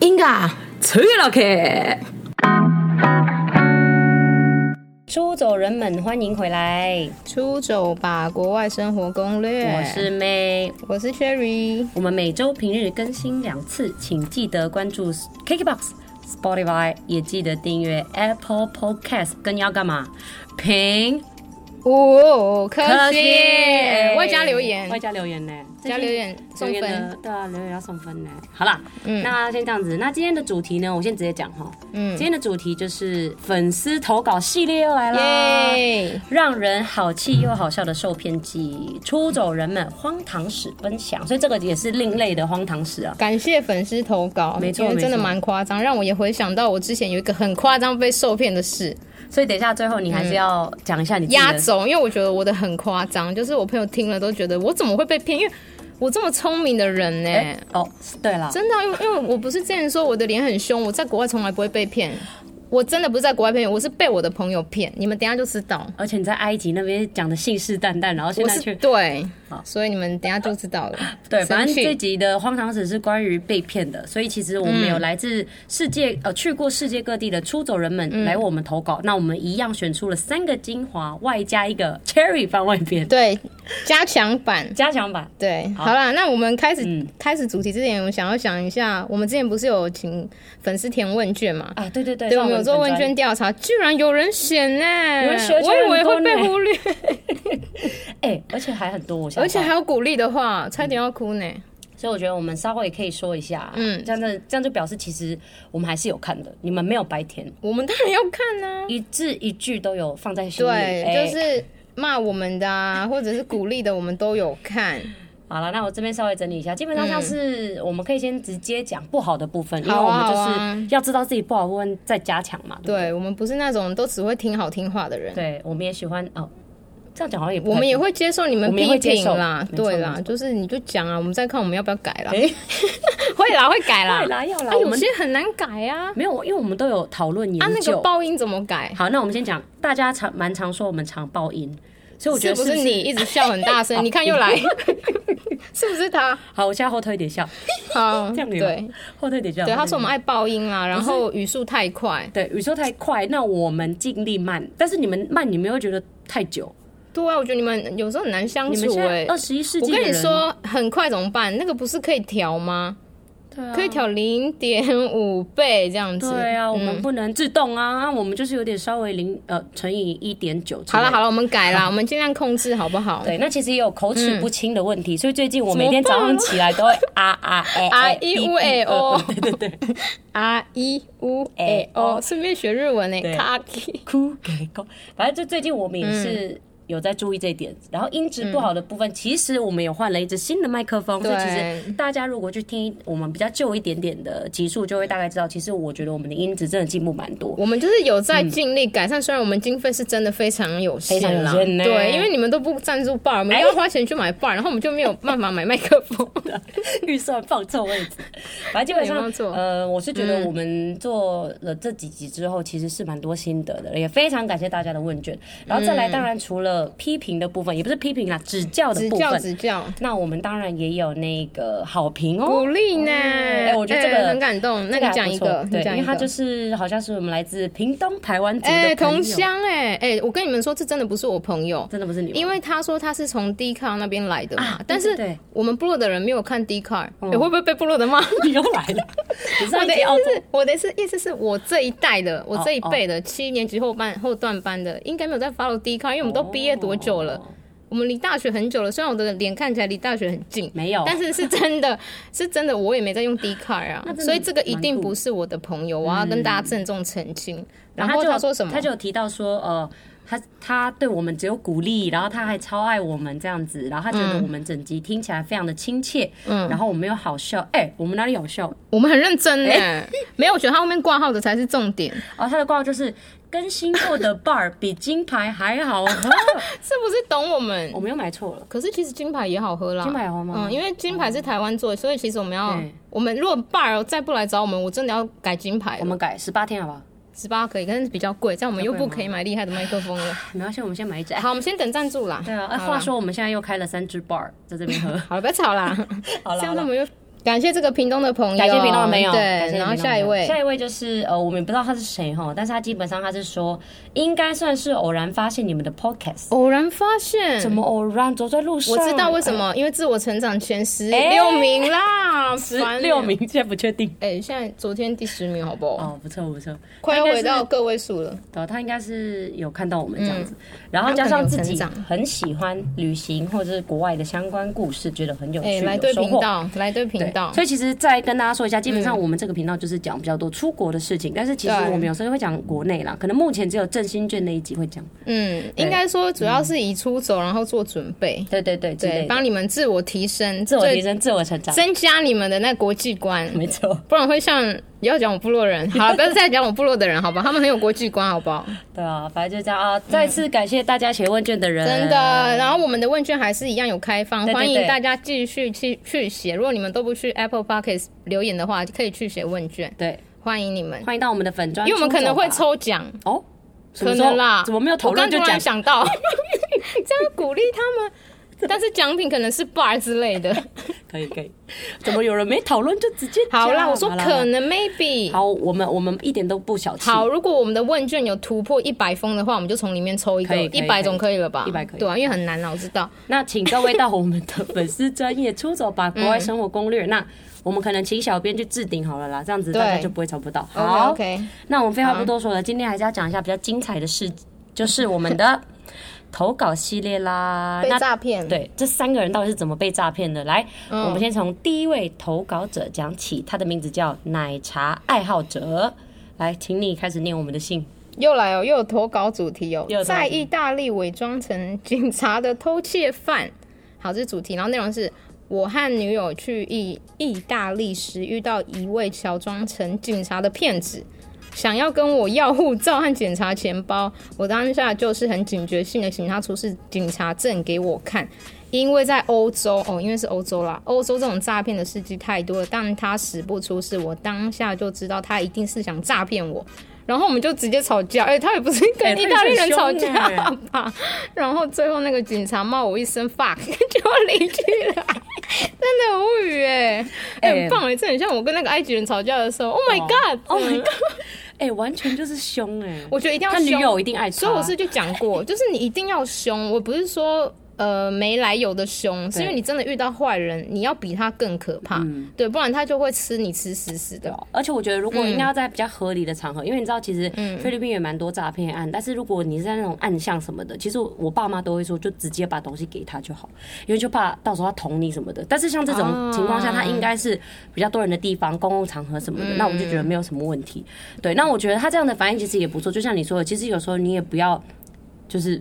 인가 트럭해 出走人们，欢迎回来，出走吧，国外生活攻略。我是 May，我是 Sherry，我们每周平日更新两次，请记得关注 KKBOX、Spotify，也记得订阅 Apple Podcast，跟要干嘛？评五颗颗星，星，哎外加留言外，加留言呢，加留言送留言分的，。对啊，留言要送分呢。好啦，那先这样子，那今天的主题呢，我先直接讲哈，嗯今天的主题就是粉丝投稿系列又来啦。耶！让人好气又好笑的受骗记，出走人们荒唐史分享，所以这个也是另类的荒唐史啊。感谢粉丝投稿，没错因为真的没错蛮夸张，让我也回想到我之前有一个很夸张被受骗的事所以等一下最后你还嗯是要讲一下你自己的压轴，因为我觉得我的很夸张，就是我朋友听了都觉得我怎么会被骗，因为我这么聪明的人呢、哎哦，对了，真的啊、因为因为我不是之前说我的脸很凶，我在国外从来不会被骗，我真的不是在国外被骗，我是被我的朋友骗，你们等一下就知道。而且你在埃及那边讲的信誓旦旦，然后现我在是去对好，所以你们等一下就知道了。 对，生反正气这集的荒唐史是关于被骗的，所以其实我们有来自世界、呃去过世界各地的出走人们来我们投稿，那我们一样选出了三个精华，外加一个 Cherry 番外篇对加强版。加强版。对，好好啦，那我们开始、嗯开始主题之前，我想要讲一下，我们之前不是有请粉丝填问卷嘛？啊，对对对，对，上我们有做问粉专卷调查，居然有人选呢、有人选我以为会居然很多被呢 忽略，哎、而且还很多，我想而且到还有鼓励的话，差点要哭呢。所以我觉得我们稍微可以说一下，嗯嗯，这样子这样就表示其实我们还是有看的，你们没有白填，我们当然要看呢、一字一句都有放在心里。哎对，就是骂我们的啊，或者是鼓励的，我们都有看。好了，那我这边稍微整理一下，基本上像是我们可以先直接讲不好的部分，因为嗯好我啊们就好啊是要知道自己不好的部分再加强嘛。对不对对我们不是那种都只会听好听话的人，对，我们也喜欢哦，这样讲好像也不我们也会。会接受你们我们也批会接评受啦没，错对没啦错，就是你就讲啊，我们再看我们要不要改啦。哎 会啦，会改啦会。啦，要啦，啊，我有们些很难改啊，没有，因为我们都有讨论啊，研那个究。爆音怎么改？好，那我们先讲，大家常蛮常说我们常爆音，所以我觉得是不是啊是你一直笑很 大声？你看又来， 是不是他？好，我现在后退一点笑，好，这样可以吗对后退一点笑。对，他后退一点说我们爱爆音啦，然后语速太快。对，语速太快，那我们尽力慢，但是你们慢，你们又觉得太久。对啊，我觉得你们有时候很难相你们处现在哎。二十一世我纪的跟人，哦你说，很快怎么办？那个不是可以调吗？对啊，可以调零点五倍这样子。嗯对啊，我们不能自动啊，啊我们就是有点稍微零呃乘以一点九。好了好。了，我们改啦，我们尽量控制好不好？对，那其实也有口齿不清的问题，所以最近我每天早上起来都会啊啊哎 啊哎一乌哎哦 对对对， R E U A O，顺哦便学日文呢、哎哦对欸。卡基哭给狗。反正就最近我们也是有在注意这一点。然后音质不好的部分，其实我们也换了一支新的麦克风，所以其实对大家如果去听我们比较旧一点点的集数，就会大概知道，其实我觉得我们的音质真的进步蛮多。我们就是有在尽力改善，虽然我们经费是真的非常有限啦，非常有限呢对，因为你们都不赞助 bar，我们哎要花钱去买 bar，、然后我们就没有办法买麦克 风。预算放错 位置，反正基本对放上，错嗯呃，我是觉得我们做了这几集之后，其实是蛮多心得的，也非常感谢大家的问卷。然后再嗯来，当然除了批评的部分，也不是批评啦，指教的指部教分，指教，那我们当然也有那个好评哦，鼓励呢？哎、我觉得这个、哎很感动。那这你还讲不一错个，对你，讲因为一他个就。是好像是我们来自屏东台湾族的哎、朋友啊同，乡哎哎，我跟你们说，这真的不是我朋友，真的不是你吗，因为他说他是从 D 卡那边来的嘛，啊对但对是对我们部落的人没有看 D 卡、你会不会被部落的骂？ 你又来了，你 我上一的集意澳洲思是，我的意思意思是我这一代的，我这一哦辈的七年级后半后段班的，应该没有在 follow D 卡，因为我们都毕业多久了？哦我们离大学很久了，虽然我的脸看起来离大学很近，没有，但是是真的， 是真的，我也没在用 d 卡啊那真，的所以这个一蛮定酷不是我的朋友，我要跟大家郑重澄清。然他后就他说什么？他就有提到说，呃，他他对我们只有鼓励，然后他还超爱我们这样子，然后他觉嗯得我们整集听起来非常的亲切，嗯，然后我们又好笑，哎、我们哪里好笑？我们很认 真呢，没有，我觉得他后面挂号的才是重点，哦，他的挂号就是更新过的 bar 比金牌还 好喝，是不是懂我们我？们又买错了。可是其实金牌也好喝啦，金牌好喝吗哦嗯，因为金牌是台湾做的，所以其实我们要对，我们如果 bar 再不来找我们，我真的要改金牌了。我们改十八天好不好？十八可以，但是比较贵，这样我们又比较贵不吗可以买厉害的麦克风 了。没关系，我们先买一支。哎好，我们先等赞助啦。对啊，哎，好啦 。话，说我们现在又开了三支 bar 在这边喝好了，不要吵啦， 好了，这好样他了们又感谢这个屏东的朋友，感谢屏东的朋友。对感谢，屏然东后的下朋一友位，下一位就是呃，我们也不知道他是谁哈，但是他基本上他是说，应该算是偶然发现你们的 podcast，偶然发现，怎么偶然走在路上？我知道为什么，因为自我成长前十六名啦，哎十烦六。名，现在不确定。哎，现在昨天第十名，好不好？哦，不错不错，快要他应该回是到个嗯位数了。对，他应该是有看到我们这样子，然后加上自己很喜欢旅行或者是国外的相关故事，觉得很有哎，趣，来有对收频获。道，来对频道嗯所。以其实再跟大家说一下，基本上我们这个频道就是讲比较多出国的事情，但是其实对我们有时候会讲国内啦，可能目前只有振兴券那一集会讲，嗯，应该说主要是以出走，然后做准备，对对对，之类对，的帮你们自我提升，自我提最升、自嗯我成长，增加你们的那国际观。没错，不然会像要讲我部落人，好了，不要再讲我部落的人，好吧？他们很有国际观，好不好？对啊，反正就这样啊，再次感谢大家写问卷的人，真的。然后我们的问卷还是一样有开放，对对欢迎对大家继续去去写。如果你们都不去 Apple Podcast 留言的话，可以去写问卷，对，欢迎你们，欢迎到我们的粉专，因为我们可能会出走吧抽奖，哦，什么可时候能啦。怎么没有讨我刚论就突讲然？想到，这样鼓励他们。但是奖品可能是 bar 之类的。可以可以，怎么有人没讨论就直接讲好啦，我说 好啦可能 maybe。好，我们我们一点都不小气，好，如果我们的问卷有突破一百封的话，我们就从里面抽一个可，以可一以百总可以了吧？ 100可以对啊，因为很难啦，我知道。那请各位到我们的粉丝专业出走 吧嗯国外生活攻略。那我们可能请小编去置顶好了啦，这样子对大家就不会找不到。 OK 好 OK，那我们废话不多说了，今天还是要讲一下比较精彩的事，就是我们 的投稿系列啦。被那诈骗，对这三个人到底是怎么被诈骗的？来，我们先从第一位投稿者讲起，他的名字叫奶茶爱好者。来，请你开始念我们的信。又来哦，又有投稿主题哦又，有投稿在意大利伪装成警察的偷窃犯。好，这是主题，然后内容是我和女友去意意大利时遇到一位乔装成警察的骗子。想要跟我要护照和检查钱包，我当下就是很警觉性的请他出示警察证给我看，因为在欧洲哦，因为是欧洲啦，欧洲这种诈骗的事迹太多了，但他死不出事，我当下就知道他一定是想诈骗我，然后我们就直接吵架，哎、他也不是哎 跟他意也大利人很凶吵架耶吧，然后最后那个警察骂我一声 fuck 就离去了。 真的很无语哎、哎、哎很棒哎、这很像我跟那个埃及人吵架的时候，Oh my 哦 God，Oh、 Oh my god！哎、完全就是凶哎、我觉得一定要他女凶友一定爱他，所以我是就讲 过，就是你一定要凶，我不是说呃没来由的凶，是因为你真的遇到坏人，你要比他更可怕，嗯对，不然他就会吃你吃死死的。而且我觉得，如果应嗯该要在比较合理的场合，因为你知道，其实菲律宾也蛮多诈骗案，但是如果你是在那种暗巷什么的，其实我爸妈都会说，就直接把东西给他就好，因为就怕到时候他捅你什么的。但是像这啊种情况下，他应该是比较多人的地方、公共场合什么的，那我就觉得没有什么问题。对，那我觉得他这样的反应其实也不错，就像你说的，其实有时候你也不要就是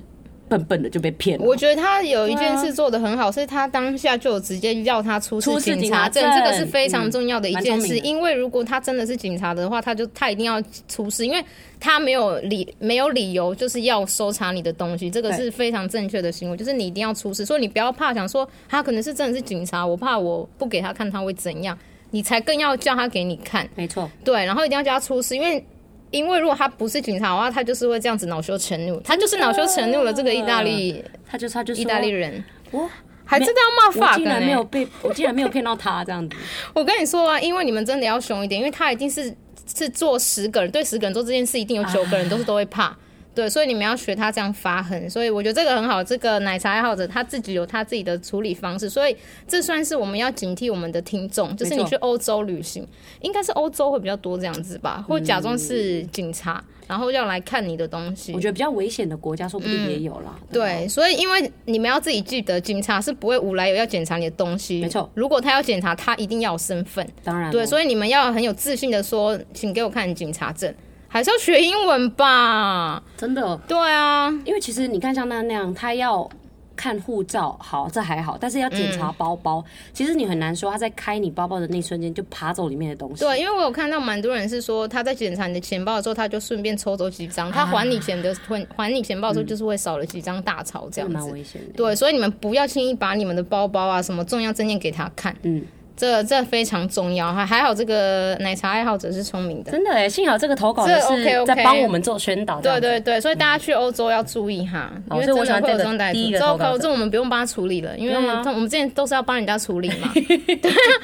笨笨的就被骗了。我觉得他有一件事做得很好，是他当下就有直接要他出示啊出示警察证警察，这证个是非常重要的一件嗯蛮聪事。明的因为如果他真的是警察的话，他就他一定要出示，因为他没有理没有理由就是要搜查你的东西，这个是非常正确的行为，就是你一定要出示，所以你不要怕想说他可能是真的是警察，我怕我不给他看他会怎样，你才更要叫他给你看。没错，对，然后一定要叫他出示，因为因为如果他不是警察的话，他就是会这样子恼羞成怒，他就是恼羞成怒了。这个意大利他就他就意意大利人，我还真的要骂我法竟国然没有呢。 被，我竟然没有骗到他这样子。我跟你说啊，因为你们真的要凶一点，因为他一定是是做十个人，对十个人做这件事，一定有啊九个人都是都会怕。对，所以你们要学他这样发狠，所以我觉得这个很好。这个奶茶爱好者他自己有他自己的处理方式，所以这算是我们要警惕我们的听众，就是你没错去欧洲旅行，应该是欧洲会比较多这样子吧，或假装嗯是警察，然后要来看你的东西我。觉得比较危险的国家，说不定也有啦。吧，嗯对，所以因为你们要自己记得，警察是不会无来由要检查你的东西。没错如果他要检查，他一定要有身份。当然哦对，咯所以你们要很有自信的说，请给我看你警察证，还是要学英文吧？真的，对啊，因为其实你看像那那样，他要看护照，好，这还好，但是要检查包包，嗯其实你很难说他在开你包包的那一瞬间就爬走里面的东西。对，啊因为我有看到蛮多人是说，他在检查你的钱包的时候，他就顺便抽走几张，啊他还你钱的还还你钱包的时候，就是会少了几张大钞这这样蛮子。嗯危险的。对，所以你们不要轻易把你们的包包啊、什么重要证件给他看。嗯，这这非常重要，还还好这个奶茶爱好者是聪明的。真的哎，幸好这个投稿这的是 OK，OK 在帮我们做宣导，这对样子对对，所以大家去欧洲要注意哈，哦因所为以真我的喜欢会这有个这种歹第一徒。个糟投稿糕，者这我们不用帮他处理了，因为用吗他我们之前都是要帮人家处理 嘛，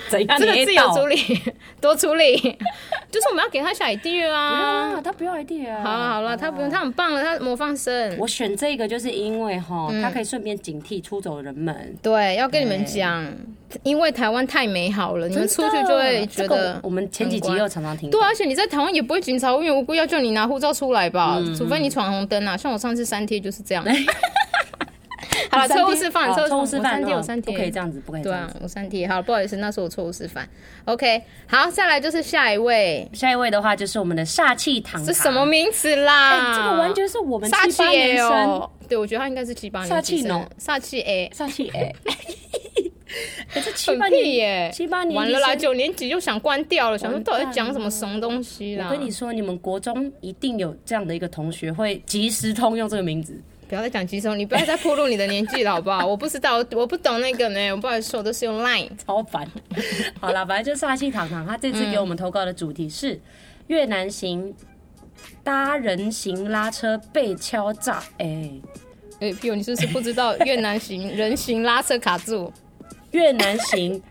怎样这个你也自由倒处 理， 多处理，就是我们要给他小 idea 啊。啊，他不要 idea 啊。好了好了，他不用，他很棒了，他模范生。我选这个就是因为哈，嗯他可以顺便警惕出走人们。对，要跟你哎们讲，因为台湾太美好了，你们出去真的啊就会觉这得个我们前几集很乖又常常听到。对啊，而且你在台湾也不会警察无缘无故要叫你拿护照出来吧？嗯除非你闯红灯啊，像我上次三贴就是 这样。好了，你三贴错误示范，哦错错误误示示范范，我三贴，哦我三贴，不可以这样子不可以这对样啊，我三贴，好了，不好意思，那是我错误示范。OK，好，再来就是下一位，下一位的话就是我们的煞气堂堂，这什么名词哎？啦？这个完全是我们煞七气八年 A 生哦，对，我觉得他应该是七八年煞气生浓，煞气 A，煞气 哎，哎这七很八屁年耶，七八年完了啦，级生九年级就想关掉了，想说完到底在蛋讲什么怂东西啦？我跟你说，你们国中一定有这样的一个同学会即时通用这个名字，不要再讲鸡胸，你不要再暴露你的年纪了，好不 好？我不知道，我我不懂那个呢，我不好意思，我都是用 Line。超 烦。好啦，反正就是煞气堂堂，他这次给我们投稿的主题是越南行搭人行拉车被敲诈，哎。哎、屁友，你是不是不知道越南行人行拉车卡住？越南 行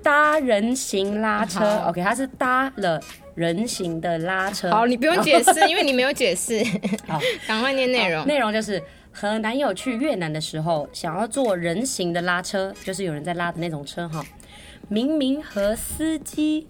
搭人行拉车好，OK，它是搭了人行的拉车。 好，你不用解释，因为你没有解释。 好，赶快念内容。内容就是和男友去越南的时候，想要坐人行的拉车，就是有人在拉的那种车哈。明明和司机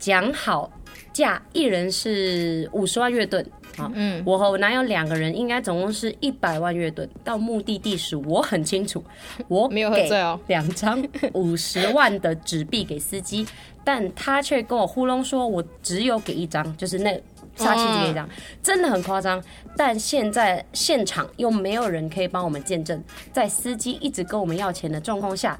讲好价，一人是五十万越盾啊。嗯，我和我男友两个人应该总共是一百万越盾。到目的地时，我很清楚，我 没有喝给醉哦两张五十万的纸币给司机，但他却跟我糊弄说，我只有给一张，就是那煞气只给一张，真的很夸张。但现在现场又没有人可以帮我们见证，在司机一直跟我们要钱的状况下，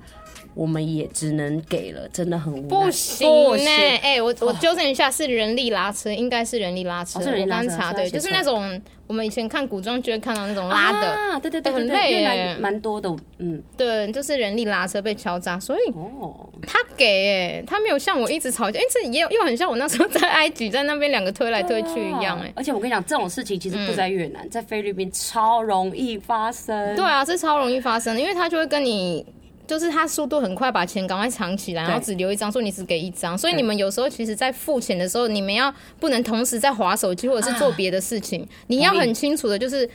我们也只能给了，真的很无奈。不行不呢、行哎、我我纠正一下，是人力拉车，应该是人力拉车。哦是人我力拉刚车查，是对，他写就是啊错那种我们以前看古装剧会看到那种拉的，啊，对对对哎很对累对，越耶南蛮多的，嗯，对，就是人力拉车被敲诈，所以哦，他给、欸，他没有像我一直吵架，哎、这也有又很像我那时候在埃及在那边两个推来推去一样、欸，哎、嗯而且我跟你讲，这种事情其实不在越南，在菲律宾超容易发生。对啊，这超容易发生的，因为他就会跟你，就是他速度很快，把钱赶快藏起来，然后只留一张，说你只给一张。所以你们有时候其实，在付钱的时候，你们要不能同时在划手机或者是做别的事情，啊你要很清楚的，就是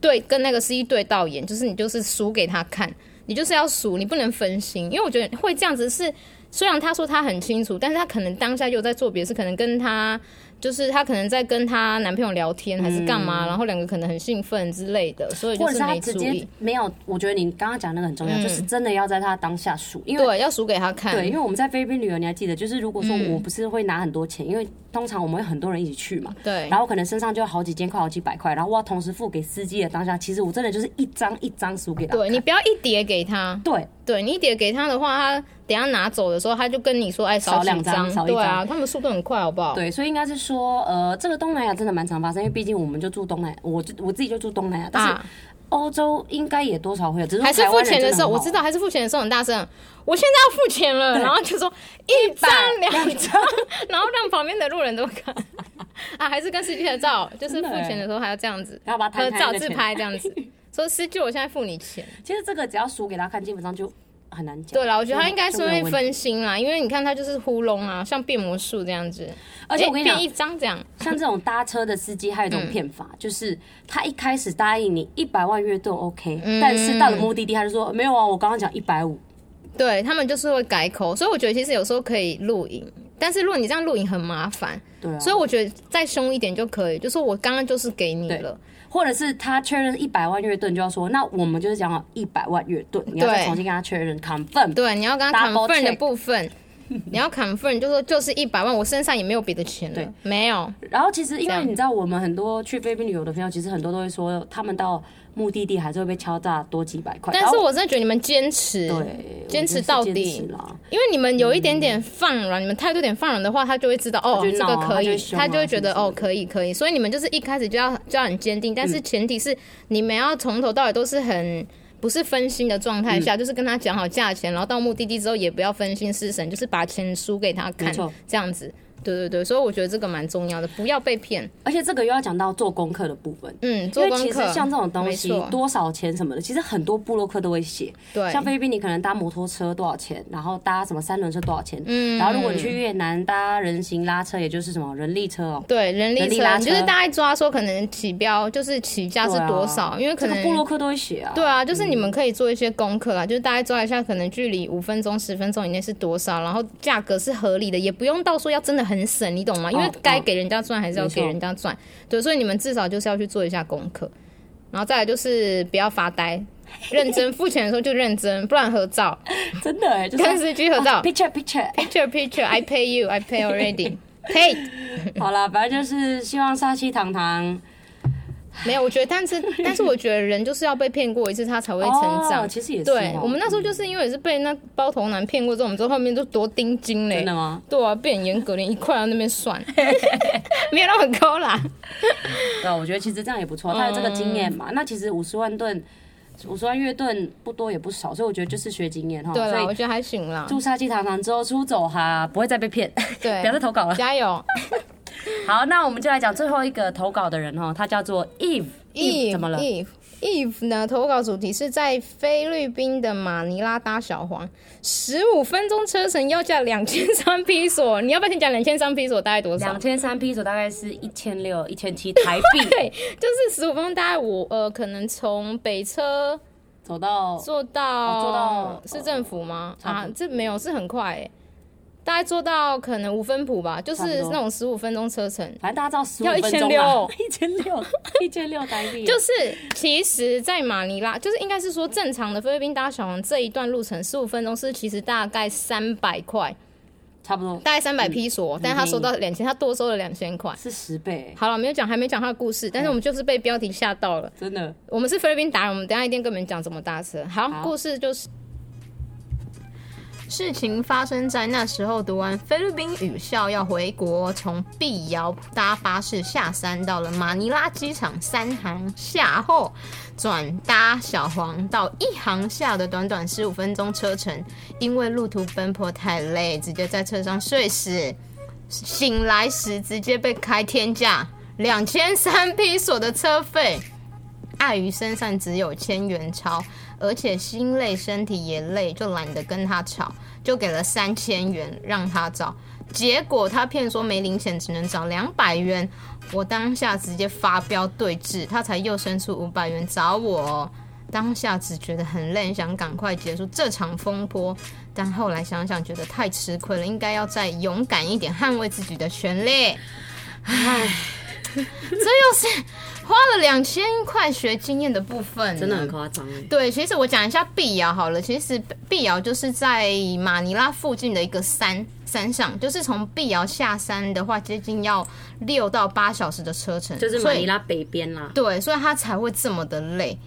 对跟那个司机对到眼，就是你就是数给他看，你就是要数，你不能分心，因为我觉得会这样子是。虽然他说他很清楚，但是他可能当下又在做别的事，可能跟他就是他可能在跟他男朋友聊天还是干嘛，然后两个可能很兴奋之类的，所以嗯就或者是他没直注接意。嗯没有，我觉得你刚刚讲那个很重要，就是真的要在他当下数，因为对，嗯要数给他看。对，因为我们在菲律宾旅游，你还记得，就是如果说我不是会拿很多钱，因为通常我们会很多人一起去嘛，对然后可能身上就有好几千块、好几百块，然后我要同时付给司机的当下，其实我真的就是一张一张数给他看，对你不要一叠给他，对，对你一叠给他的话，他等一下拿走的时候，他就跟你说，哎，少几两张少一对啊，他们速度很快，好不好？对，所以应该是说，呃，这个东南亚真的蛮常发生，因为毕竟我们就住东南，我就我自己就住东南亚，但是啊，欧洲应该也多少会有，只是说还是台付湾人钱的时候，真我很知好道还是付钱的时候很大声，我现在要付钱了，然后就 说一张百两张， 然后让旁边的路人都看。 啊，还是跟司机合照，就是付钱的时候还要这样子，然后欸把它合摊开照那个自钱拍这样 子，说司机，我现在付你钱。玩，其实这个只要数给他看，基本上就很难讲。对啦，我觉得他应该是就没有问题会分心啦，因为你看他就是糊弄啊，像变魔术这样子，而且我跟你讲哎变，一嗯张这样，像这种搭车的司机，还有一种骗法，就是他一开始答应你一百万月盾 OK，、但嗯是到了目的地他就说没有啊，我刚刚讲一百五，对他们就是会改口，所以我觉得其实有时候可以录影，但是如果你这样录影很麻烦，对啊，所以我觉得再凶一点就可以，就说我刚刚就是给你了，或者是他确认一百万月盾，就要说那我们就是讲好一百万月盾，你要对再重新跟他确认 confirm。对，你要跟他 Double confirm check 的部分，你要 confirm 就说就是一百万，我身上也没有别的钱对了，没有，然后其实因为你知道，我们很多去菲律宾旅游的朋友，其实很多都会说，他们到目的地还是会被敲诈多几百块。但是我真的觉得你们坚持，然后对坚持我觉得是到坚底持啦因为你们有一点点放软，你们态度有点放软的话，他就会知道哦，就这会闹个啊可嗯他就以会，凶啊他就会觉得什么之类哦，可以可以。嗯所以你们就是一开始就要就要很坚定，但是前提是你们要从头到尾都是很不是分心的状态嗯下，就是跟他讲好价钱，然后到目的地之后也不要分心失神，就是把钱输给他看没错，这样子。对对对，所以我觉得这个蛮重要的，不要被骗。而且这个又要讲到做功课的部分。嗯，因做为功其实课像这种东西没错，多少钱什么的，其实很多部落客都会写。对，像菲律宾，你可能搭摩托车多少钱，然后搭什么三轮车多少钱，嗯然后如果你去越南搭人行拉车，也就是什么人力车哦，对人力人力车，拉你车就是大概抓说可能起标就是起价是对啊多少，因为可这能个部落客都会写啊。对啊，就是你们可以做一些功课啊，就是大概抓一下，可能距离五分钟、十分钟以内是多少，然后价格是合理的，也不用到说要真的很省，你懂吗？因为哦该给人家赚还是要没错给人家赚，对，所以你们至少就是要去做一下功课，然后再来就是不要发呆，认真付钱的时候就认真，不然 合照，真的哎，就是 跟司机合照，picture picture。 ，picture picture，I pay you，I pay already。paid。好啦，反正就是希望沙琪糖糖没有，我觉得，但是但是，我觉得人就是要被骗过一次，他才会成长。哦其实也是哦对，我们那时候就是因为也是被那包头男骗过之后，我们之后后面就多盯紧嘞真。的吗？对啊，变严格，连一块到那边算， 没有那么高啦。对啊，我觉得其实这样也不错，嗯他有这个经验嘛。那其实五十万吨，五十万月吨不多也不少，所以我觉得就是学经验哈。 对所啦，以我觉得还行啦。祝沙琪糖糖之后出走哈，不会再被骗，对不要再投稿了。加油！好，那我们就来讲最后一个投稿的人哦，他叫做 Eve。 Eve 怎么了？ ？Eve Eve 呢？投稿主题是在菲律宾的马尼拉搭小黄，十五分钟车程，要价两千三披索。你要不要先讲两千三披索大概多少两？千三披索大概是一千六、一千七台币， 对，就是十五分钟，大概我呃，可能从北车走到坐到、哦坐到市政府吗？差不啊多，这没有，是很快、欸，大概坐到可能五分埔吧，就差不是多那种十五分钟车程。反正大家知道十五要分钟嘛 1600，一千六，一千六台币， 就是其实，在马尼拉，就是应该是说正常的菲律宾搭小黄这一段路程十五分钟是其实大概三百块，差不多大概三百披嗯索，但他收到两千，他多收了两千块。是十倍，好了，没有讲，还没讲他的故事，嗯但是我们就是被标题吓到了。真的。我们是菲律宾达人，我们等一下一定跟你们讲怎么搭车。好，好故事就是。事情发生在那时候，读完菲律宾语校要回国，从碧瑶搭巴士下山，到了马尼拉机场三航下后，转搭小黄到一航下的短短十五分钟车程，因为路途奔波太累，直接在车上睡死。醒来时直接被开天价两千三 披索的车费。碍于身上只有千元钞，而且心累身体也累，就懒得跟他吵，就给了三千元让他找。结果他骗说没零钱，只能找两百元。我当下直接发飙对峙，他才又伸出五百元找我哦、当下只觉得很累，想赶快结束这场风波，但后来想想觉得太吃亏了，应该要再勇敢一点，捍卫自己的权利。 唉，这又是花了两千块学经验的部分，真的很夸张哎。对，其实我讲一下碧瑶好了。其实碧瑶就是在马尼拉附近的一个山山上，就是从碧瑶下山的话，接近要六到八小时的车程，就是马所以尼拉北边啦，对，所以他才会这么的累。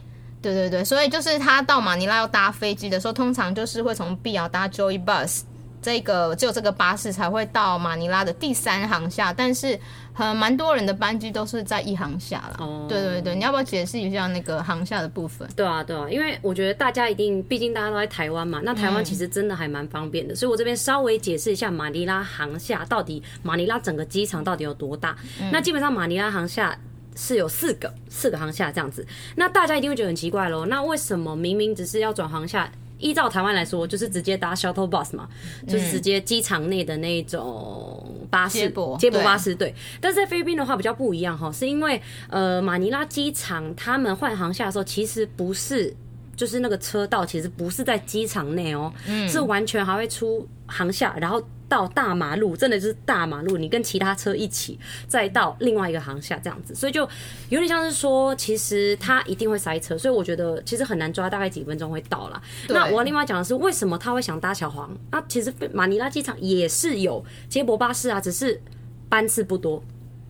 对对对，所以就是他到马尼拉要搭飞机的时候，通常就是会从碧瑶搭 Joy Bus。这个只有这个巴士才会到马尼拉的第三航下，但是很蛮多人的班机都是在一航下啦。哦对对对，你要不要解释一下那个航下的部分？对啊，对啊，因为我觉得大家一定，毕竟大家都在台湾嘛，那台湾其实真的还蛮方便的，所以我这边稍微解释一下马尼拉航厦到底马尼拉整个机场到底有多大。那基本上马尼拉航厦。是有四个四个航厦这样子，那大家一定会觉得很奇怪咯。那为什么明明只是要转航厦，依照台湾来说，就是直接搭 shuttle bus 嘛，嗯就是直接机场内的那种巴士接驳接驳对巴士对。但是在菲律宾的话比较不一样哈，是因为呃马尼拉机场他们换航厦的时候，其实不是就是那个车道其实不是在机场内哦，是完全还会出航下，然后到大马路，真的就是大马路，你跟其他车一起，再到另外一个航下这样子，所以就有点像是说，其实它一定会塞车，所以我觉得其实很难抓，大概几分钟会到啦。那我另外讲的是，为什么他会想搭小黄？那其实马尼拉机场也是有接驳巴士啊，只是班次不多，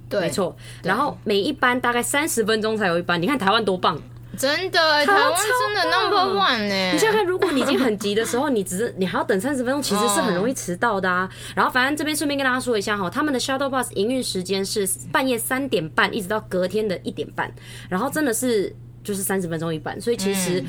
对，没，错。然后每一班大概三十分钟才有一班，你看台湾多棒！真的，台湾湾真的超棒 number one 欸呢、你想想看，如果你已经很急的时候，你只是你还要等三十分钟，其实是很容易迟到的 啊。然后反正这边顺便跟大家说一下哈，他们的 shuttle bus 营运时间是半夜三点嗯半一直到隔天的一点半，然后真的是就是三十分钟一班，所以其实。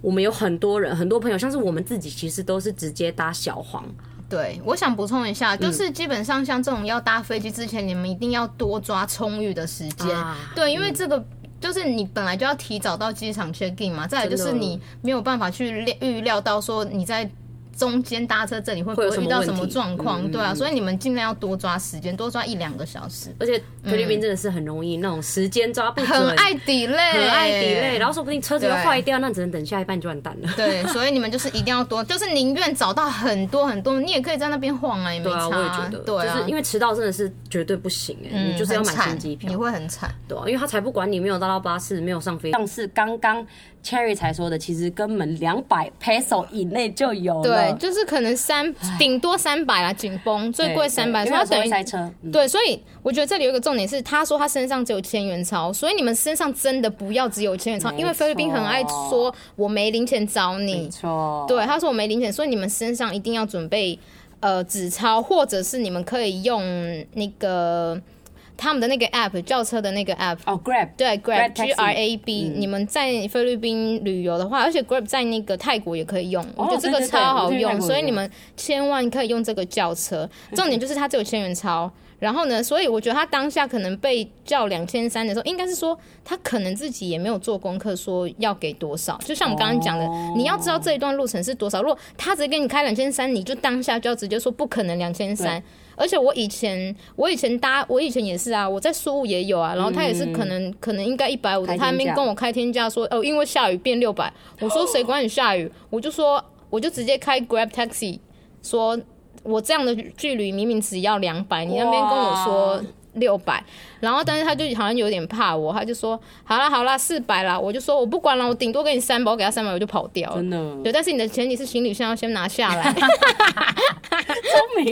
我们有很多人，很多朋友，像是我们自己，其实都是直接搭小黄。对，我想补充一嗯下，就是基本上像这种要搭飞机之前，你们一定要多抓充裕的时间。啊对，因为这个就是你本来就要提早到机场 check in 嘛，再来就是真的你没有办法去料预料到说你在。中间搭车这里会不会有会什么遇到问什么题嗯状况？对啊，所以你们尽量要多抓时间，多抓一两个小时。而且菲律宾真的是很容易那种时间抓不准，很爱 delay，很爱 delay，然后说不定车子又对坏掉，那你只能等下一半就完蛋了。对，所以你们就是一定要多，就是宁愿找到很多很多，你也可以在那边晃啊，也没对啊，差、我也觉得，对啊，嗯就是因为为迟到真的是绝对不行哎、你就是要买新机票你，会很惨。对啊，因为他才不管你没有搭到巴士，没有上飞机。像是刚刚 Cherry 才说的，其实根本两百 peso 以内就有了，对，就是可能三顶多三百啦，紧绷最对贵对三百，因为所以有时他候等会于塞车。嗯对，所以我觉得这里有一个重点是，他说他身上只有千元钞，所以你们身上真的不要只有千元钞，没因为菲律宾很爱错说我没零钱找没你，错，对，他说我没零钱，所以你们身上一定要准备呃纸钞，或者是你们可以用那个他们的那个 app 轿车的那个 app。哦，Grab，对 Grab 嗯，Grab G R A B，、你们在菲律宾旅游的话，而且 Grab 在那个泰国也可以用，我觉得这个哦对对对超好我觉得泰用，国所以也嗯你们千万可以用这个轿车。重点就是它只有千元钞，然后呢，所以我觉得他当下可能被叫两千三的时候，应该是说他可能自己也没有做功课，说要给多少。就像我们刚刚讲的，哦你要知道这一段路程是多少。如果他直接给你开两千三，你就当下就要直接说不可能两千三。而且我以前，我以前搭，我以前也是啊，我在苏雾也有啊，然后他也是可能、可能应该一百五的，嗯开天他还没价跟我开天价说哦，因为下雨变六百，我说谁管你下雨，我就说我就直接开 Grab Taxi 说我这样的距离明明只要两百，你那边跟我说六百，然后但是他就好像有点怕我，他就说好啦好啦四百啦，我就说我不管了，我顶多给你三百，我给他三百我就跑掉了真。的对，但是你的前提是行李箱要先拿下来， 聪明，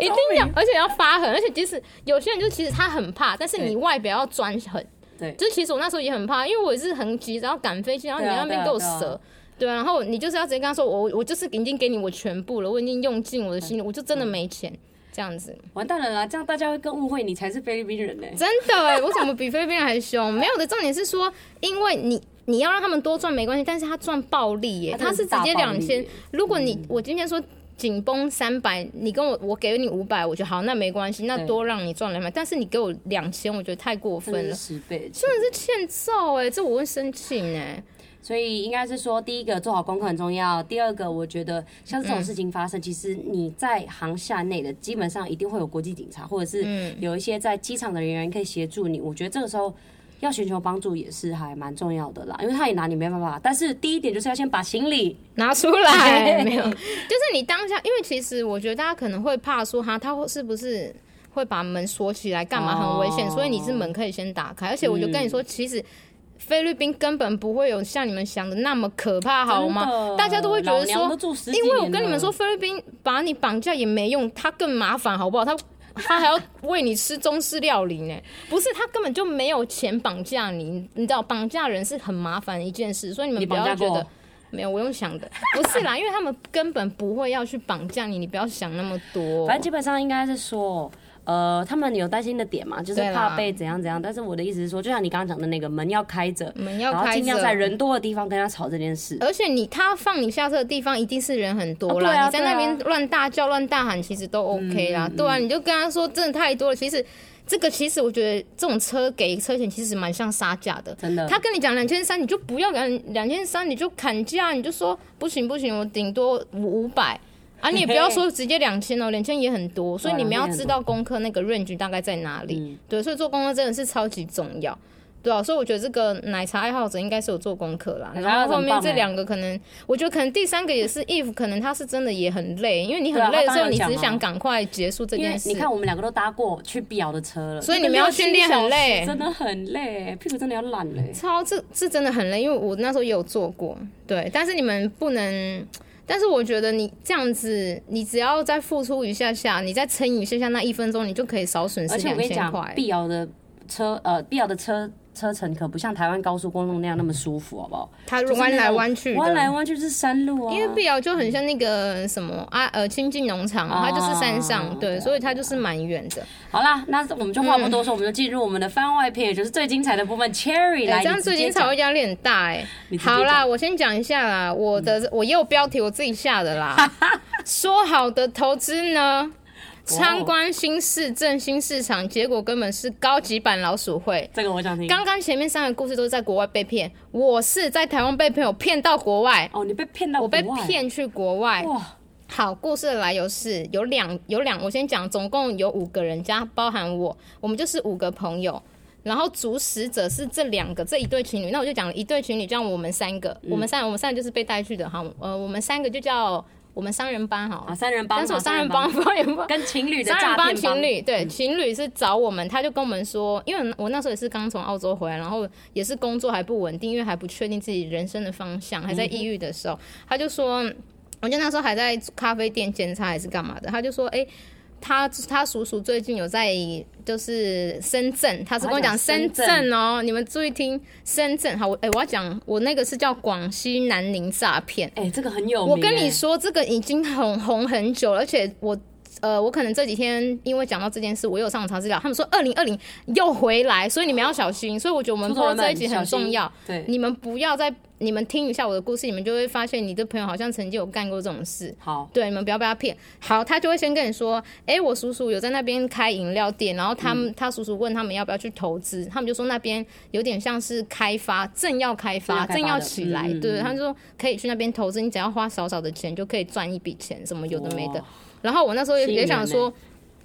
一定要，而且要发狠，而且即使有些人就其实他很怕，但是你外表要专狠。对就其实我那时候也很怕，因为我也是很急着要赶飞机，然后你对啊在那边对啊给我对啊折。对啊，然后你就是要直接跟他说，我我就是已经给你我全部了，我已经用尽我的嗯心力，我就真的没钱，这样子。完蛋了啦！这样大家会更误会你才是菲律宾人呢、真的哎、我怎么比菲律宾人还凶？没有的重点是说，因为你你要让他们多赚没关系，但是他赚暴利耶、他他真是的是直接大暴两利嗯千耶。如果你我今天说紧绷三百，你跟我我给你五百，我觉得好，那没关系，那对多让你赚两百，但是你给我两千，我觉得太过分真的了，是十倍，真的是欠揍哎、这我会生气呢、所以应该是说，第一个做好功课很重要，第二个我觉得像这嗯种事情发生，其实你在航厦内的基本上一定会有国际警察，或者嗯是有一些在机场的人员可以协助你。我觉得这个时候。要寻求帮助也是还蛮重要的啦，因为他也拿你没办法。但是第一点就是要先把行李拿 出来，没有，就是你当下，因为其实我觉得大家可能会怕说哈，他会是不是会把门锁起来，干嘛很危险，哦所以你是门可以先打开，而且我就跟你说，其实。菲律宾根本不会有像你们想的那么可怕，好真吗？的大家都会觉得老娘都说，住十几因为我年跟你们了说，菲律宾把你绑架也没用，他更麻烦，好不好？他 他还要喂你吃中式料理呢，不是他根本就没有钱绑架你，你知道绑架人是很麻烦的一件事，所以你们你不绑架要觉得过，没有，我用想的，不是啦，因为他们根本不会要去绑架你，你不要想那么 多反。正基本上应该是说，呃，他们有担心的点嘛，就是对啦怕被怎样怎样。但是我的意思是说，就像你刚刚讲的那个门要开着，门要然后开尽量着呃在人多的地方跟他吵这件事。而且你他放你下车的地方一定是人很多啦，哦对啊嗯你在那边乱大叫、乱大喊，其实都 OK 啦。对啊，你就跟他说真的太多了。其实这个其实我觉得这种车给车钱其实蛮像杀价的。真的，他跟你讲两千三，你就不要两两千三，你就砍价，你就说不行不行，我顶多五五百啊，你 也不要说直接两千哦，两千也很多，所以你们啊要知道功课那个 range 大概在哪里。嗯对，所以做功课真的是超级重要。对啊，所以我觉得这个奶茶爱好者应该是有做功课啦。奶茶爱好然后者后很棒面这欸两个可能，我觉得可能第三个也是 if，可能他是真的也很累，因为你很对啊累的他时候，刚刚你有只讲啊想赶快结束这因件为事。你看我们两个都搭过去碧瑶的车了，所以那个你们要六七训练很小时累真的很累，屁股真的要烂嘞。超这是真的很累，因为我那时候也有做过，对，但是你们不能，但是我觉得你这样子，你只要再付出一下下，你再撑一下下那一分钟，你就可以少损失而且我两跟你千讲，块。碧瑶的车，呃，碧瑶的车车程可不像台湾高速公路那样那么舒服，好不好？它就是那弯来种弯去的弯来弯去是山路啊。因为碧瑶就很像那个什么啊呃亲近农场，它就是山哦上，啊对，所以它就是蛮远的。好啦，那我们就话不多说，我们就进入我们的番外篇，也就是最精彩的部分。Cherry 来，哎，这样最近才会压力很大哎、直接好啦，讲嗯我先讲一下啦，我的、我也有标题我自己下的啦。 说好的投资呢？哦参观新市振兴市场，结果根本是高级版老鼠会。这个我想听。刚刚前面三个故事都是在国外被骗，我是在台湾被朋友骗到国外，哦，你被骗到我被国外骗去国外。哇，好，故事的来由是有两有两，我先讲，总共有五个人加包含我，我们就是五个朋友。然后主使者是这两个这一对情侣，那我就讲了一对情侣，这样我们三个，我们三我们三个就是被带去的哈，呃，我们三个就叫我们三人帮好啊，了，三人帮嘛，但是我三人帮帮方言帮。跟情侣的三人诈帮骗嗯情侣，对、情侣是找我们，他就跟我们说，因为我那时候也是刚从澳洲回来，然后也是工作还不稳定，因为还不确定自己人生的方向，还在抑郁的时嗯候，他就说，我记得那时候还在咖啡店兼差还是干嘛的，他就说，哎、他他叔叔最近有在就是深圳，他是跟我他讲讲深深圳圳哦、你们注意听，深圳好，我哎、我要讲我那个是叫广西南宁诈骗，哎、这个很有名、我跟哎你，说，这个已经很红很久了，而且我。呃，我可能这几天因为讲到这件事，我有上网查资料，他们说二零二零又回来，所以你们要小心。所以我觉得我们出播走人这一们集很小心重要，对嗯你们不要再，你们听一下我的故事，你们就会发现你的朋友好像曾经有干过这种事。好，对，你们不要被他骗。好，他就会先跟你说，哎、我叔叔有在那边开饮料店，然后他嗯们、他叔叔问他们要不要去投资，他们就说那边有点像是开发，正要开发，正要开发的正要起来，嗯嗯对，嗯他就说可以去那边投资，你只要花少少的钱就可以赚一笔钱，什么有的没的哇。然后我那时候也吸引也人想呢说。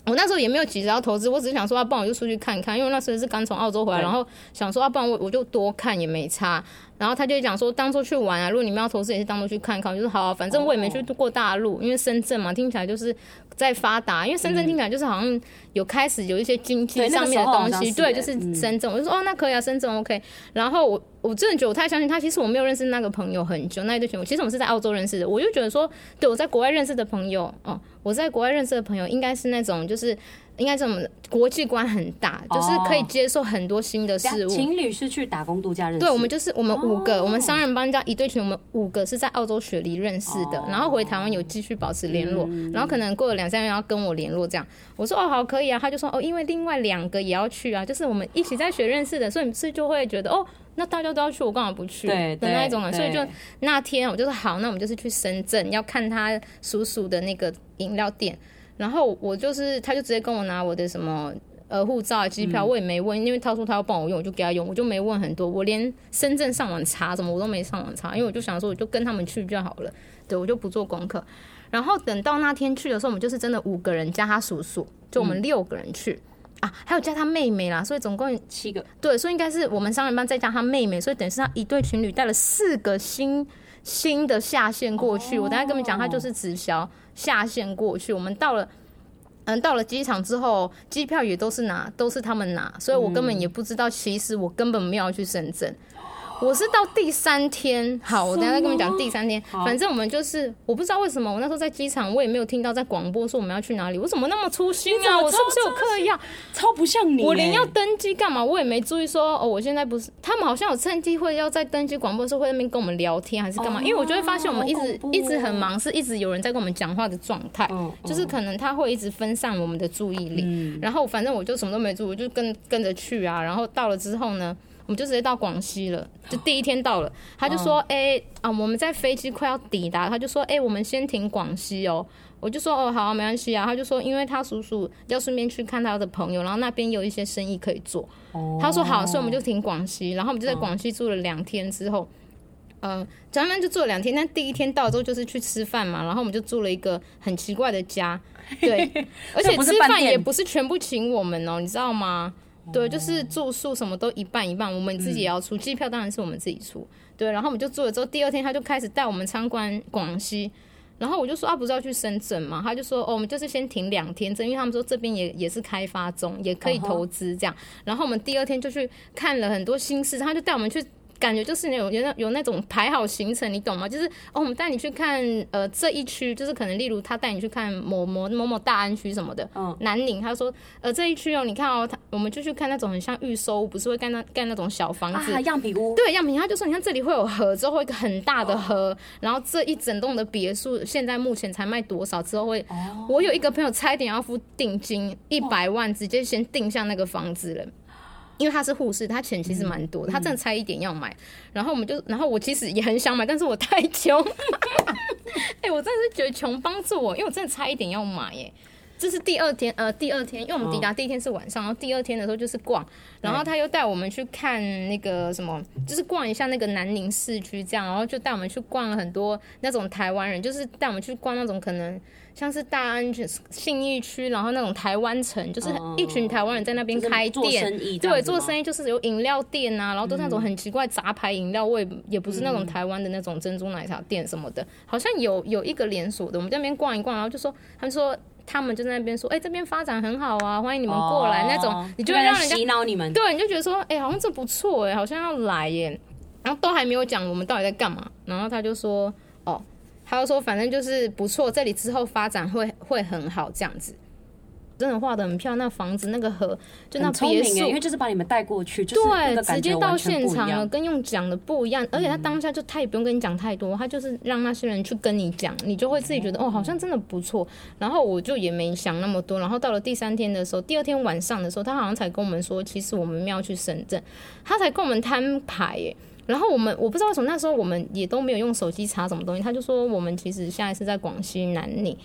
我那时候也没有急着要投资，我只是想说，要、啊、不然我就出去看看，因为那时候是刚从澳洲回来，对然后想说，要、啊、不然我我就多看也没差。然后他就讲说，当做去玩啊，如果你们要投资也是当做去看看。我就说好、啊，反正我也没去过大哦陆，因为深圳嘛，听起来就是在发达，因为深圳听起来就是好像有开始有一些经济嗯对那上个面的时候好东像西，是对，欸就是嗯深圳。我就说哦，那可以啊，深圳 OK。然后我我真的觉得我太相信他，其实我没有认识那个朋友很久，那一对朋友，其实我们是在澳洲认识的，我就觉得说，对我在国外认识的朋友，哦，我在国外认识的朋友应该是那种就是。应该是我们国际观很大，就是可以哦接受很多新的事等物。下情侣是去打工度假认识，哦对，我们就是我们五个，我们商人帮加一对群，我们五个是在澳洲雪梨认识哦的，然后回台湾有继续保持联络，嗯然后可能过了两三个月要跟我联络这样。我说哦好可以啊，他就说哦因为另外两个也要去啊，就是我们一起在学认识的，所以你是就会觉得哦那大家都要去，我干嘛不去对的那一种人，对所以就对那天我就说好，那我们就是去深圳要看他叔叔的那个饮料店，然后我就是他就直接跟我拿我的什么。呃，护照啊、机票嗯我也没问，因为他说他要帮我用，我就给他用，我就没问很多，我连深圳上网查什么我都没上网查，因为我就想说我就跟他们去就好了，对我就不做功课。然后等到那天去的时候，我们就是真的五个人加他叔叔，就嗯我们六个人去、啊，还有加他妹妹啦，所以总共七个，对，所以应该是我们商人班再加他妹妹，所以等于是他一对情侣带了四个新新的下线过去。我等一下跟你们讲，他就是直销下线过去。我们到了。嗯，到了机场之后，机票也都是拿，都是他们拿，所以我根嗯本也不知道，其实我根本没有要去深圳，我是到第三天，好，我等一下再跟你们讲第三天。反正我们就是，我不知道为什么，我那时候在机场，我也没有听到在广播说我们要去哪里，我怎么那么粗心你怎啊？么我是不是有这么嗑药？超不像你、我连哎要登机干嘛，我也没注意说哦，我现在不是他们好像有趁机会要在登机广播的时候会在那边跟我们聊天还是干嘛？哦因为我就会发现我们一好直恐怖哦一直很忙，是一直有人在跟我们讲话的状态嗯，嗯就是可能他会一直分散我们的注意力。然后反正我就什么都没做，我就跟跟着去啊。然后到了之后呢？我们就直接到广西了，就第一天到哦了，他就说：“哎、啊，我们在飞机快要抵达，他就说：哎、我们先停广西哦。”我就说：“哦，好啊、没关系啊。”他就说：“因为他叔叔要顺便去看他的朋友，然后那边有一些生意可以做。哦他说：“好，所以我们就停广西，然后我们就在广西住了两天之后。呃，咱们就住了两天，但第一天到之后就是去吃饭嘛，然后我们就住了一个很奇怪的家， 对，而且这不是吃饭饭店也不是全部请我们哦，你知道吗？对，就是住宿什么都一半一半，我们自己也要出，嗯机票当然是我们自己出，对，然后我们就住了之后，第二天他就开始带我们参观广西，然后我就说啊，不是要去深圳嘛？他就说哦，我们就是先停两天，因为他们说这边也也是开发中，也可以投资这样。然后我们第二天就去看了很多新市，他就带我们去感觉就是那种有那有那种排好行程，你懂吗？就是哦，我们带你去看呃这一区，就是可能例如他带你去看某某某某大安区什么的，嗯南宁，他说呃这一区哦，你看哦，他我们就去看那种很像预售屋，不是会盖那盖那种小房子。啊，样品屋，对，样品他就说，你看这里会有河，之后会有一个很大的河，然后这一整栋的别墅现在目前才卖多少，之后会，我有一个朋友差一点要付定金一百万，直接先定下那个房子了。因为他是护士，他钱其实蛮多的，他真的差一点要买。然后我们就，然后我其实也很想买，但是我太穷。 哎、我真的是觉得穷帮助我，因为我真的差一点要买耶。这是第二天，呃，第二天，因为我们抵达第一天是晚上，然后第二天的时候就是逛，然后他又带我们去看那个什么，就是逛一下那个南宁市区这样，然后就带我们去逛了很多那种台湾人，就是带我们去逛那种可能像是大安区、信义区，然后那种台湾城，就是一群台湾人在那边哦就是开做店，生意这样对，子做吗生意就是有饮料店啊，然后都是那种很奇怪杂牌饮料味，也不是那种嗯台湾的那种珍珠奶茶店什么的，好像有有一个连锁的，我们在那边逛一逛，然后就说他们说。他们就在那边说，哎、这边发展很好啊，欢迎你们过来、那种，你就会为了让人家哦洗脑你们，对，你就觉得说，哎、好像这不错哎、好像要来耶、然后都还没有讲我们到底在干嘛，然后他就说，哦，他就说反正就是不错，这里之后发展会会很好这样子。真的画的很漂亮，那房子、那个河，就那很聪别明哎墅耶，因为就是把你们带过去，就是那对个，直感接觉到完全现不一场了，样。嗯跟用讲的不一样。而且他当下就他也不用跟你讲太多，他就是让那些人去跟你讲，你就会自己觉得嗯哦，好像真的不错。然后我就也没想那么多。然后到了第三天的时候，第二天晚上的时候，他好像才跟我们说，其实我们要去深圳，他才跟我们摊牌耶。然后我们我不知道为什么那时候我们也都没有用手机查什么东西，他就说我们其实现在是在广西南宁，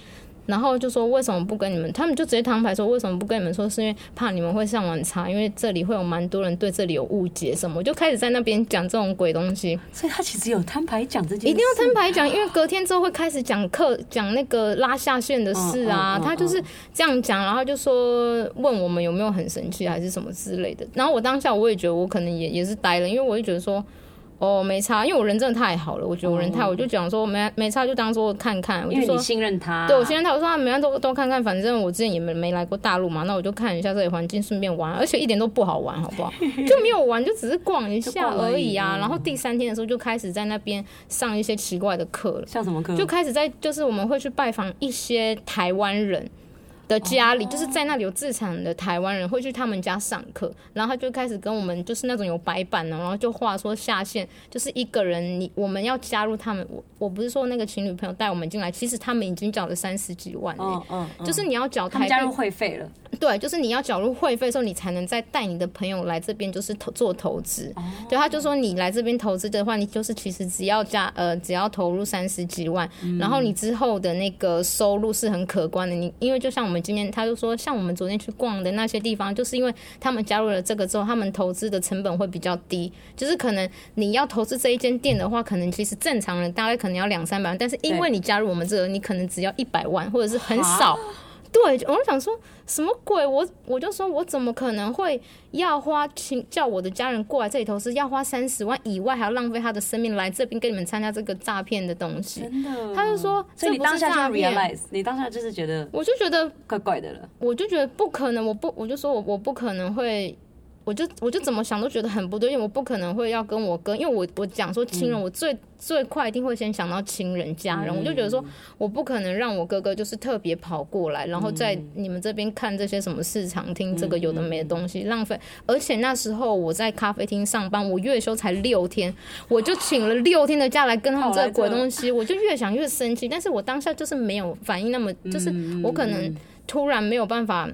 然后就说为什么不跟你们？他们就直接摊牌说为什么不跟你们说？是因为怕你们会上网查，因为这里会有蛮多人对这里有误解什么，我就开始在那边讲这种鬼东西，嗯所以他其实有摊牌讲这件事，一定要摊牌讲，因为隔天之后会开始讲课讲那个拉下线的事啊嗯嗯，嗯他就是这样讲，然后就说问我们有没有很生气还是什么之类的。然后我当下我也觉得我可能也也是呆了，因为我就觉得说。哦，没差，因为我人真的太好了，我觉得我人太好，我就讲说没没差，就当做看看，我因就为说你信任他。对，我现在他说啊，每样都都看看，反正我之前也没没来过大陆嘛，那我就看一下这里环境，顺便玩，而且一点都不好玩，好不好？就没有玩，就只是逛一 就下逛而而已已啊。嗯然后第三天的时候就开始在那边上一些奇怪的课了，像什么歌？就开始在就是我们会去拜访一些台湾人。的家哦里就是在那里有自产的台湾人会去他们家上课，然后他就开始跟我们就是那种有白板的，然后就画说下线就是一个人你我们要加入他们，我我不是说那个情侣朋友带我们进来，其实他们已经缴了三十几万了、嗯嗯，嗯就是你要缴他台们加币入会费了，对，就是你要缴入会费的时候，你才能再带你的朋友来这边，就是投做投资。对，他就说你来这边投资的话，你就是其实只要加呃，只要投入三十几万，然后你之后的那个收入是很可观的。你因为就像我们今天，他就说像我们昨天去逛的那些地方，就是因为他们加入了这个之后，他们投资的成本会比较低，就是可能你要投资这一间店的话，可能其实正常人大概可能要两三百万，但是因对为你加入我们这个，你可能只要一百万或者是很少。对，我就想说什么鬼？我我就说，我怎么可能会要花请叫我的家人过来这里投资，要花三十万以外，还要浪费他的生命来这边跟你们参加这个诈骗的东西？真的。他就说，嗯所以这你不当是下诈就骗。 realize，你当下就是觉得我就觉得，怪怪的了。我就觉得不可能，我不，我就说我我不可能会。我就我就怎么想都觉得很不对，因为我不可能会要跟我哥，因为我我讲说亲人，我最最快一定会先想到亲人家人，我就觉得说我不可能让我哥哥就是特别跑过来，然后在你们这边看这些什么市场，听这个有的没的东西，浪费。而且那时候我在咖啡厅上班，我月休才六天，我就请了六天的假来跟他哦们这个鬼东西，我就越想越生气。但是我当下就是没有反应那么，就是我可能突然没有办法，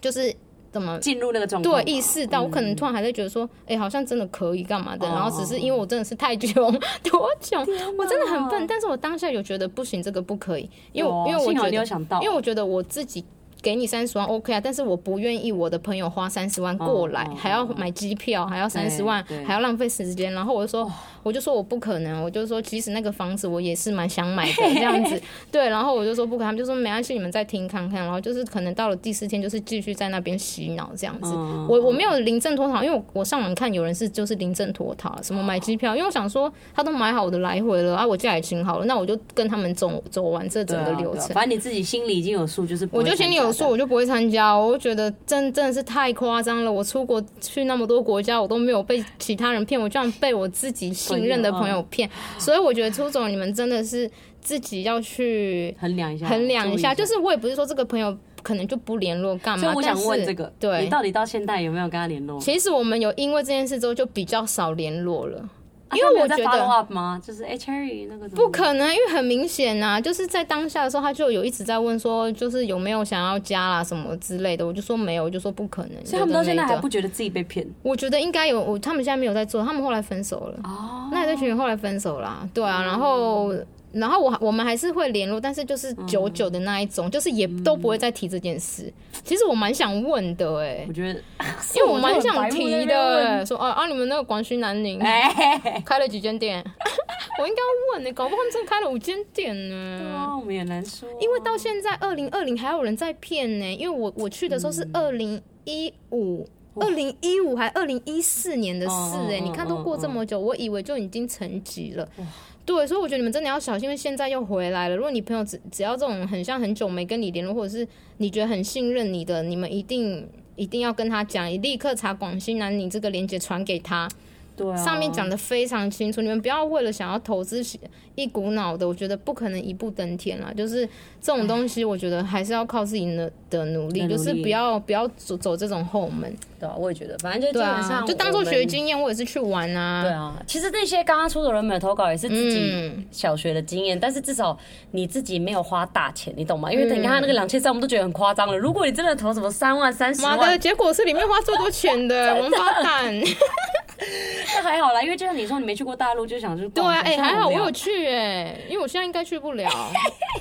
就是怎么进入那个状况嗯对，，意识到我可能突然还在觉得说，哎、好像真的可以干嘛哦的，然后只是因为我真的是太穷， 多穷，我真的很笨，但是我当下有觉得不行，这个不可以，因为我、哦因为我幸觉好得你有想到，因为我觉得我自己给你三十万 OK 啊，但是我不愿意我的朋友花三十万过来，嗯嗯还要买机票，还要三十万哦对，对哦还要浪费时间。然后我就说，我就说我不可能，我就说其实那个房子我也是蛮想 买的这样子。对，然后我就说不可能，他们就说没关系，你们再听看看。然后就是可能到了第四天，就是继续在那边洗脑这样子。哦我我没有临阵脱逃，因为我我上网看有人是就是临阵脱逃，什么买机票，因为我想说他都买好我的来回了啊，我假也请好了，那我就跟他们走走完这对整啊个对啊流程。反正你自己心里已经有数，就是我就心里有有说，我就不会参加。我就觉得真真的是太夸张了。我出国去那么多国家，我都没有被其他人骗，我居然被我自己信任的朋友骗。所以我觉得出走，你们真的是自己要去衡量一下，衡量注意一一下。就是我也不是说这个朋友可能就不联络干嘛，所以我想但问是这个，你对。到底到现在有没有跟他联络？其实我们有因为这件事之后就比较少联络了，啊因为他没有我在觉得 follow up 吗？就是哎、Cherry 那个怎么不可能，因为很明显呐、就是在当下的时候，他就有一直在问说，就是有没有想要加啦什么之类的，我就说没有，我就说不可能。所以他们到现在还有的不觉得自己被骗没的，我觉得应该有，我他们现在没有在做，他们后来分手了。哦。嗯那一对情侣后来分手啦，对啊，然后然后我我们还是会联络，但是就是久久的那一嗯种，就是也都不会再提这件事。其实我蛮想问的哎、我觉得，因为 我蛮就想很白目在那边提的、问欸，说啊啊，你们那个广西南宁哎，开了几间店？ 我应该要问呢、欸搞不好他们真的开了五间店呢、哇，啊我们也难说，因为到现在二零二零还有人在骗呢、因为我我去的时嗯候是二零一五。二零一五还二零一四年的事哦哎、哦你看都过这么久，我以为就已经沉寂了。对，所以我觉得你们真的要小心，因为现在又回来了。如果你朋友只只要这种很像很久没跟你联络，或者是你觉得很信任你的，你们一定一定要跟他讲，你立刻查广西南宁这个链接传给他。对啊，上面讲的非常清楚，你们不要为了想要投资一股脑的，我觉得不可能一步登天啦。就是这种东西，我觉得还是要靠自己的的努力，的努力就是不要不要走走这种后门，对啊，我也觉得，反正就基对本啊上，就当做我们学。经验，我也是去玩啊。对啊，其实那些刚刚出走人们的投稿也是自己嗯小学的经验，但是至少你自己没有花大钱，你嗯懂吗？因为你看他那个两千三，我们都觉得很夸张了。如果你真的投什么三万、三十妈万，的，结果是里面花最多钱 的王八蛋。那还好啦，因为就像你说，你没去过大陆，就想去对逛啊，哎、像还好我没有去哎、因为我现在应该去不 了，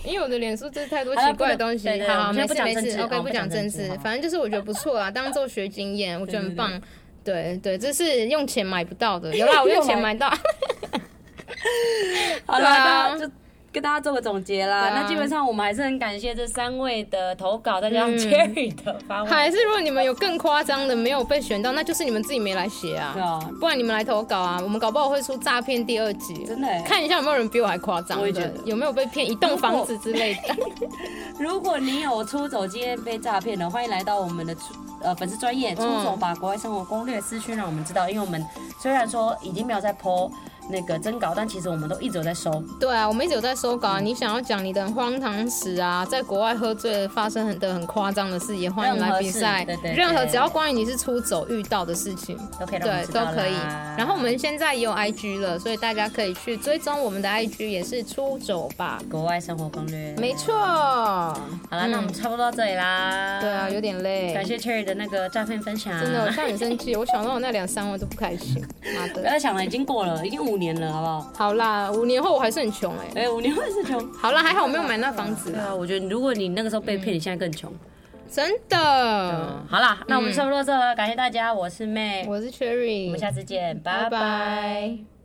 因为我的脸书真是太多奇怪的东西好了不能对。对好，我们没现在不讲事没政事治，OK，好不讲不讲政政治治好，反正就是我觉得不错啊，当做学经验，我觉得很棒。对对，这是用钱买不到的，有啦，我 用钱买到。好了，对啊那就跟大家做个总结啦。对啊那基本上我们还是很感谢这三位的投稿，再加上嗯 Cherry 的发问。还是如果你们有更夸张的没有被选到，那就是你们自己没来写对啊，啊，不然你们来投稿啊，我们搞不好会出诈骗第二集。真的欸看一下有没有人比我还夸张我也觉的得，有没有被骗一栋房子之类的。如果你有出走经验被诈骗的，欢迎来到我们的出呃粉丝专业出走吧国外生活攻略私讯，让我们知道。因为我们虽然说已经没有在 po 那个征稿，但其实我们都一直有在收。对啊，我们一直有在收稿嗯啊。你想要讲你的荒唐史啊，在国外喝醉发生很多很夸张的事，也欢迎来比赛。任何事对对对任何只要关于你是出走遇到的事情，都可以让我对们知都道啦可以。然后我们现在也有 IG 了，所以大家可以去追踪我们的 IG，也是出走吧。国外生活攻略，没错。好啦，那我们差不多到这里啦。对啊，有点累。感谢 Cherry 的那个诈骗分享，真的，我现在很生气，我想到我那两三万都不 开心。妈不的。要想了，已经过了，已经五年了，好不好？好啦，五年后我还是很穷哎、哎、五年后是穷。好啦，还好我没有买那房子对啦，啊，我觉得如果你那个时候被骗，你现在更穷。真的。好啦，嗯嗯那我们差不多到这了，感谢大家，我是妹，我我是 Cherry，们下次见，拜拜拜拜。